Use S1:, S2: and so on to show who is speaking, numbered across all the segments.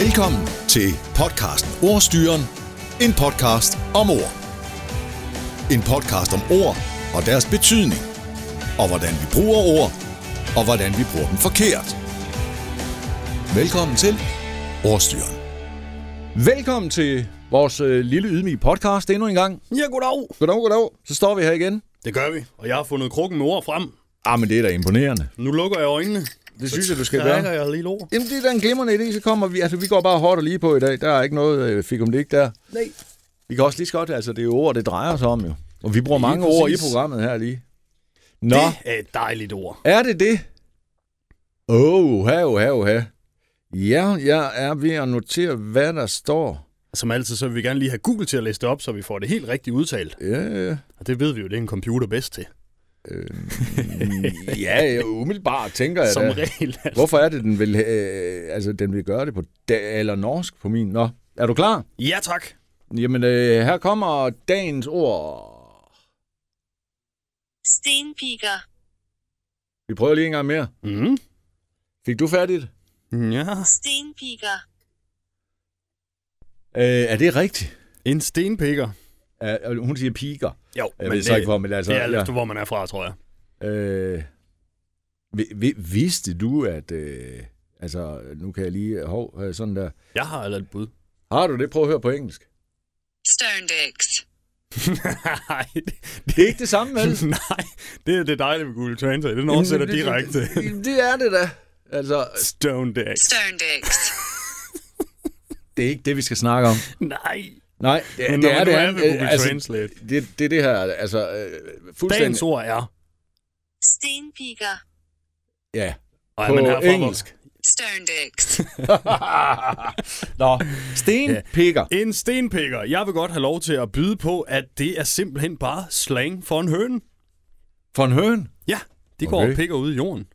S1: Velkommen til podcasten Ordstyren. En podcast om ord. En podcast om ord og deres betydning. Og hvordan vi bruger ord, og hvordan vi bruger dem forkert. Velkommen til Ordstyren. Velkommen til vores øh, lille ydmyge podcast endnu en gang.
S2: Ja, goddag.
S1: Goddag, goddag. Så står vi her igen.
S2: Det gør vi, og jeg har fundet krukken med ord frem.
S1: Ah, men det er da imponerende.
S2: Nu lukker jeg øjnene.
S1: Det synes jeg, du skal
S2: Trækker
S1: gøre.
S2: jeg lige et ord.
S1: Jamen, det er da en glimrende idé, så kommer vi. Altså, vi går bare hårdt og lige på i dag. Der er ikke noget øh, fik om det ikke der.
S2: Nej.
S1: Vi kan også lige så godt, altså det er jo ord, det drejer sig om jo. Og vi bruger
S2: Lige
S1: mange ord i
S2: præcis.
S1: programmet her lige. Nå,
S2: Det
S1: det.
S2: er et dejligt ord.
S1: er det det? Åh, oh, oha, oha. Ja, jeg er ved at notere, hvad der står.
S2: Som altid, så vil vi gerne lige have Google til at læse det op, så vi får det helt rigtigt udtalt.
S1: Ja, ja.
S2: Og det ved vi jo, det er en computer bedst til.
S1: Mm, ja, ja, umiddelbart tænker jeg
S2: Som
S1: da.
S2: regel. altså.
S1: Hvorfor er det, den vil, øh, altså, den vil gøre det på da- eller norsk på min? Nå, er du klar?
S2: Ja, tak.
S1: Jamen, øh, her kommer dagens ord.
S3: Stenpiger.
S1: Vi prøver lige en gang mere.
S2: Mm.
S1: Fik du færdigt?
S2: Ja.
S3: Stenpiger.
S1: Øh, er det rigtigt?
S2: En stenpikker.
S1: Uh, hun siger piger.
S2: Jo,
S1: Jeg ved så ikke, hvor, men altså...
S2: det er
S1: ja.
S2: lidt, hvor man er fra, tror jeg.
S1: Øh, vi- vi- vidste du, at... Øh, altså, nu kan jeg lige... Hov, øh, sådan der.
S2: Jeg har aldrig et bud.
S1: Har du det? Prøv at høre på engelsk.
S3: Sterndex.
S2: Nej, det,
S1: Det er ikke det samme, vel?
S2: nej, det er det dejlige ved Google Translate. Den oversætter
S1: Jamen, det-
S2: direkte.
S1: Det, det er det da. Altså,
S2: Stone Day.
S3: Sterndex.
S1: det er ikke det, vi skal snakke om.
S2: Nej.
S1: Nej, det,
S2: Men
S1: det er
S2: når
S1: det.
S2: man nu er ved
S1: øh,
S2: Google
S1: altså,
S2: Translate.
S1: det, det er det her, altså... Øh, fuldstændig...
S2: Dagens ord er...
S3: Stenpiger.
S1: Ja.
S2: Og er
S1: På
S2: man herfra, hvor-
S1: engelsk.
S3: Sterndex.
S1: Nå, stenpikker.
S2: En stenpikker. Jeg vil godt have lov til at byde på, at det er simpelthen bare slang for en høne.
S1: For en høn.
S2: Ja, de går
S1: Okay.
S2: og pikker ud i jorden.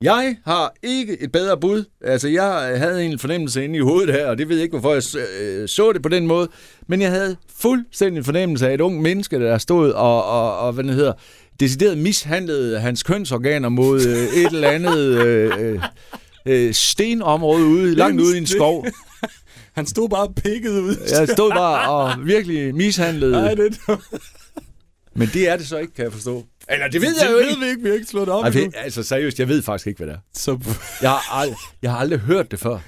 S1: Jeg har ikke et bedre bud. Altså, jeg havde en fornemmelse inde i hovedet her, og det ved jeg ikke, hvorfor jeg øh, så det på den måde. Men jeg havde fuldstændig en fornemmelse af et ung menneske, der stod og, og, og hvad det hedder, decideret mishandlede hans kønsorganer mod øh, et eller andet øh, øh, øh, stenområde ude, langt ude i en skov.
S2: Han stod bare og pikkede ud.
S1: Jeg stod bare og virkelig mishandlede.
S2: Nej, det,
S1: Men det er det så ikke, kan jeg forstå. Eller det ved
S2: det
S1: jeg jo
S2: ved
S1: ikke.
S2: vi ikke. Vi har ikke slået det op
S1: Ej,
S2: endnu.
S1: det- altså seriøst, jeg ved faktisk ikke, hvad det er.
S2: Så
S1: Jeg har, aldrig, jeg har aldrig hørt det før,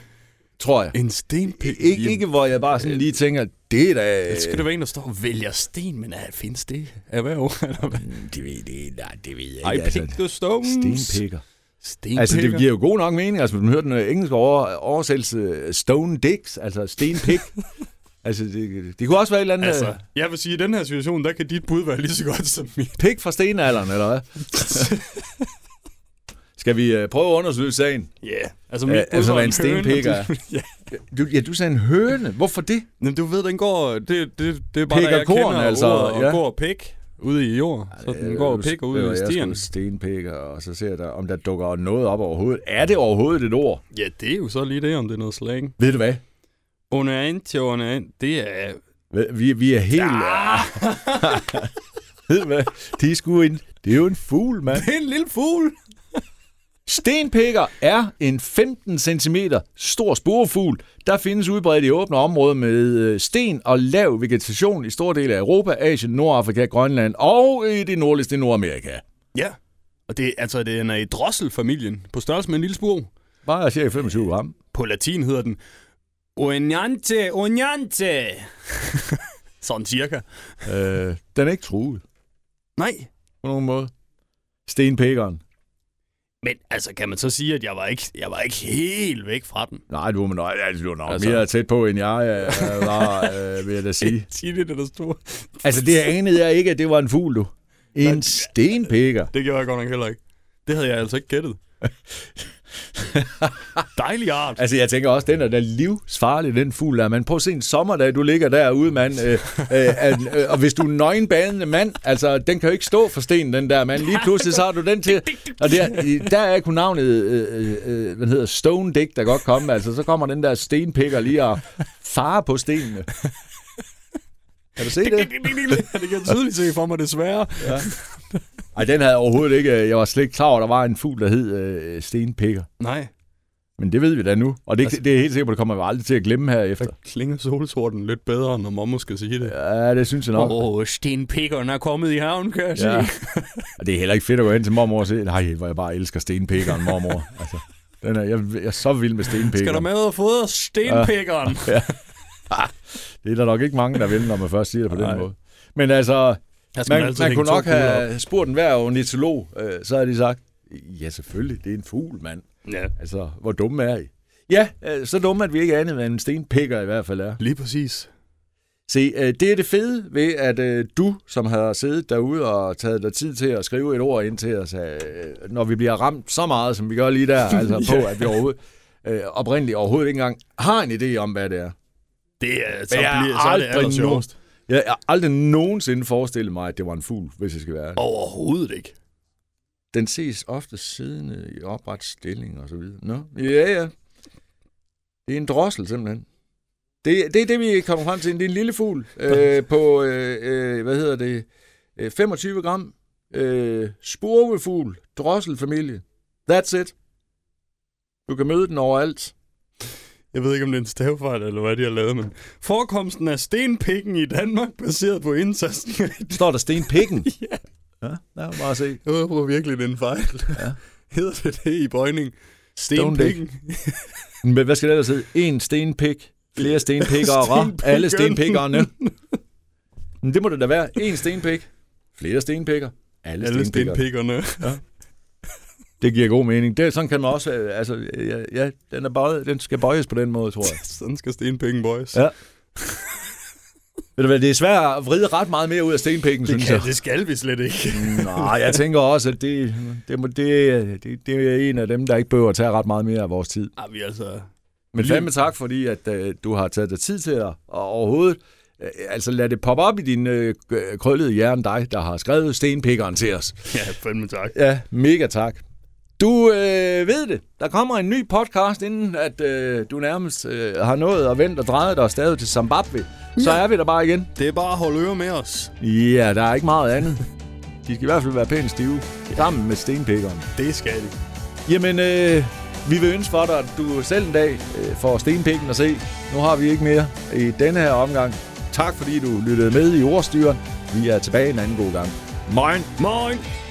S1: tror jeg.
S2: en stenpikker.
S1: Ikke, ikke hvor jeg bare sådan lige tænker, det er da...
S2: Jamen, Skal det være en, der står og vælger sten, men er, findes det erhverv? eller hvad?
S1: Mm, Det ved, det, nej, det ved jeg ikke. altså.
S2: I pick the stones.
S1: stenpikker.
S2: Stenpikker.
S1: Altså, det giver jo god nok mening. Altså, hvis man hører den øh, engelske over, oversættelse, øh, stone dicks, altså stenpik. altså, det, det kunne også være et eller andet... Altså.
S2: Altså, jeg vil sige, at i den her situation, der kan dit bud være lige så godt som mit.
S1: Pik fra stenalderen, eller hvad? Skal vi øh, prøve at undersøge sagen?
S2: Ja. Yeah. Altså,
S1: Ja,
S2: mit bud
S1: altså,
S2: var
S1: hvad en
S2: høne, og
S1: stenpikker
S2: dit- Ja.
S1: Du, ja, du sagde en høne. Hvorfor det?
S2: Jamen, du ved, den går... Det, det, det er bare,
S1: Pikker
S2: når jeg
S1: korn,
S2: kender
S1: altså,
S2: ordet, og
S1: ja.
S2: går og pik ude i jord. Så
S1: Øh,
S2: den går og pikker ude i
S1: stierne.
S2: stierne.
S1: stenpikker, og så ser jeg der, om der dukker noget op overhovedet. Er det overhovedet et ord?
S2: Ja, det er jo så lige det, om det er noget slang.
S1: Ved du hvad?
S2: Under an til under an, det er...
S1: Hvad? Vi, vi er helt... Ja. Ved du hvad? Det er sgu en... Det er jo en fugl, mand.
S2: Det er en lille fugl!
S1: Stenpikker er en 15 cm stor sporefugl, der findes udbredt i åbne områder med øh, sten og lav vegetation i store dele af Europa, Asien, Nordafrika, Grønland og i det nordligste Nordamerika.
S2: Ja. Og det, altså, den er i drosselfamilien, på størrelse med en lille spur.
S1: Bare cirka 25 gram.
S2: På latin hedder den... Onante, onante! Sådan cirka.
S1: Øh, den er ikke truet
S2: Nej,
S1: på nogen måde. Stenpikkeren.
S2: men altså, kan man så sige, at jeg var ikke, jeg var ikke helt væk fra den?
S1: Nej, du er nok, altså, du er nok altså.
S2: Altså.
S1: mere tæt på, end jeg øh, var, øh, vil jeg da sige.
S2: Sige det, det der stod.
S1: Altså, det anede jeg ikke, at det var en fugl, du. En stenpikker.
S2: Det gjorde jeg godt nok heller ikke. Det havde jeg altså ikke gættet. Dejlig art.
S1: Altså, jeg tænker også, den er da livsfarlig, den fugl der. Men prøv at se en sommerdag, du ligger derude, mand. Øh, øh, øh, øh, og hvis du er en nøgenbadende mand, altså, den kan jo ikke stå for stenen, den der mand. Lige pludselig så har du den til. Og der, der er kun navnet, øh, øh, hvad hedder, Stone Dick, der godt komme. Altså, så kommer den der stenpikker lige og farer på stenene. Kan du se det?
S2: det kan jeg tydeligt se for mig, desværre. Ja.
S1: Ej, den havde jeg overhovedet ikke. Jeg var slet ikke klar over, at der var en fugl, der hed øh, stenpikker.
S2: Nej.
S1: Men det ved vi da nu, og det, altså, det er jeg helt sikkert, at det kommer vi aldrig til at glemme her efter.
S2: Der klinger solsorten lidt bedre, når mamma skal sige det.
S1: Ja, det synes jeg nok.
S2: Åh, oh, stenpikkerne er kommet i havn, kan jeg
S1: Ja.
S2: sige.
S1: Og det er heller ikke fedt at gå hen til mormor og sige, nej, hvor jeg bare elsker stenpikkeren, mormor. altså, den er, jeg, jeg er så vild med stenpikkeren.
S2: Skal du med ud og fodre stenpikkeren?
S1: Det er der nok ikke mange, der vil, når man først siger det på
S2: Nej.
S1: den måde. Men altså,
S2: Jeg skal
S1: man,
S2: altid
S1: man
S2: hænge
S1: kunne
S2: to
S1: nok
S2: kugler
S1: have spurgt en hver ornitolog, øh, så havde de sagt, ja selvfølgelig, det er en fugl, mand.
S2: op. Ja.
S1: Altså, hvor dumme er I? Ja, øh, så dumme, at vi ikke er andet, hvad en stenpikker i hvert fald er.
S2: Lige præcis.
S1: Se, øh, det er det fede ved, at øh, du, som har siddet derude og taget dig tid til at skrive et ord ind til os, øh, når vi bliver ramt så meget, som vi gør lige der, altså på, at vi overhovedet, øh, oprindeligt overhovedet ikke engang har en idé om, hvad det er.
S2: Det er, så,
S1: Men jeg
S2: bliver,
S1: har
S2: så er det
S1: aldrig
S2: allersjovest.
S1: Jeg har aldrig nogensinde forestillet mig, at det var en fugl, hvis jeg skal være ærlig.
S2: Overhovedet ikke.
S1: Den ses ofte siddende i opret stilling og så videre. Nå, ja, ja. Det er en drossel, simpelthen. Det, det er det, vi kommer frem til. Det er en lille fugl øh, på, øh, øh, hvad hedder det, øh, 25 gram. Øh, spurvefugl, drosselfamilie. That's it. Du kan møde den overalt.
S2: Jeg ved ikke, om det er en stavefejl, eller hvad de har lavet, men... Forekomsten af stenpikken i Danmark, baseret på indsatsen...
S1: Står der stenpikken? ja. Ja, der er bare at se.
S2: Jeg håber virkelig, det er en fejl. Ja. Hedder det det i bøjning? Stenpikken?
S1: Men hvad skal det ellers hedde? En stenpik, flere stenpikkere,
S2: Stenpikkerne.
S1: alle stenpikkerne. Men det må det da være. En stenpik, flere stenpikker, alle,
S2: Alle
S1: alle stenpikker.
S2: stenpikkerne.
S1: Det giver god mening. Det, sådan kan man også, øh, altså, øh, ja, ja den, er bøjet, den skal bøjes på den måde, tror jeg.
S2: Sådan skal stenpikken boys.
S1: Ja. Ved du hvad, det er svært at vride ret meget mere ud af stenpikken,
S2: Det,
S1: synes
S2: kan,
S1: jeg.
S2: det skal vi slet ikke.
S1: Nej, jeg tænker også, at det, det, må- det, det, det er en af dem, der ikke behøver at tage ret meget mere af vores tid.
S2: Ej, vi er altså...
S1: Men
S2: Lige-
S1: fandme tak, fordi at, øh, du har taget dig tid til at og overhovedet... Øh, altså lad det poppe op i din øh, g- krøllede hjerne, dig, der har skrevet stenpikkeren til os.
S2: Ja, fandme tak.
S1: Ja, mega tak. Du øh, ved det, der kommer en ny podcast, inden at øh, du nærmest øh, har nået at vente og dreje dig og stadig til Zimbabwe. Så er vi der bare igen.
S2: Det er bare at holde øre med os.
S1: Ja, der er ikke meget andet. De skal i hvert fald være pænt stive, sammen med stenpikkeren.
S2: Det skal de.
S1: Jamen, øh, vi vil ønske for dig, at du selv en dag øh, får stenpikken at se. Nu har vi ikke mere i denne her omgang. Tak fordi du lyttede med i Ordstyren. Vi er tilbage en anden god gang.
S2: Moin. Moin.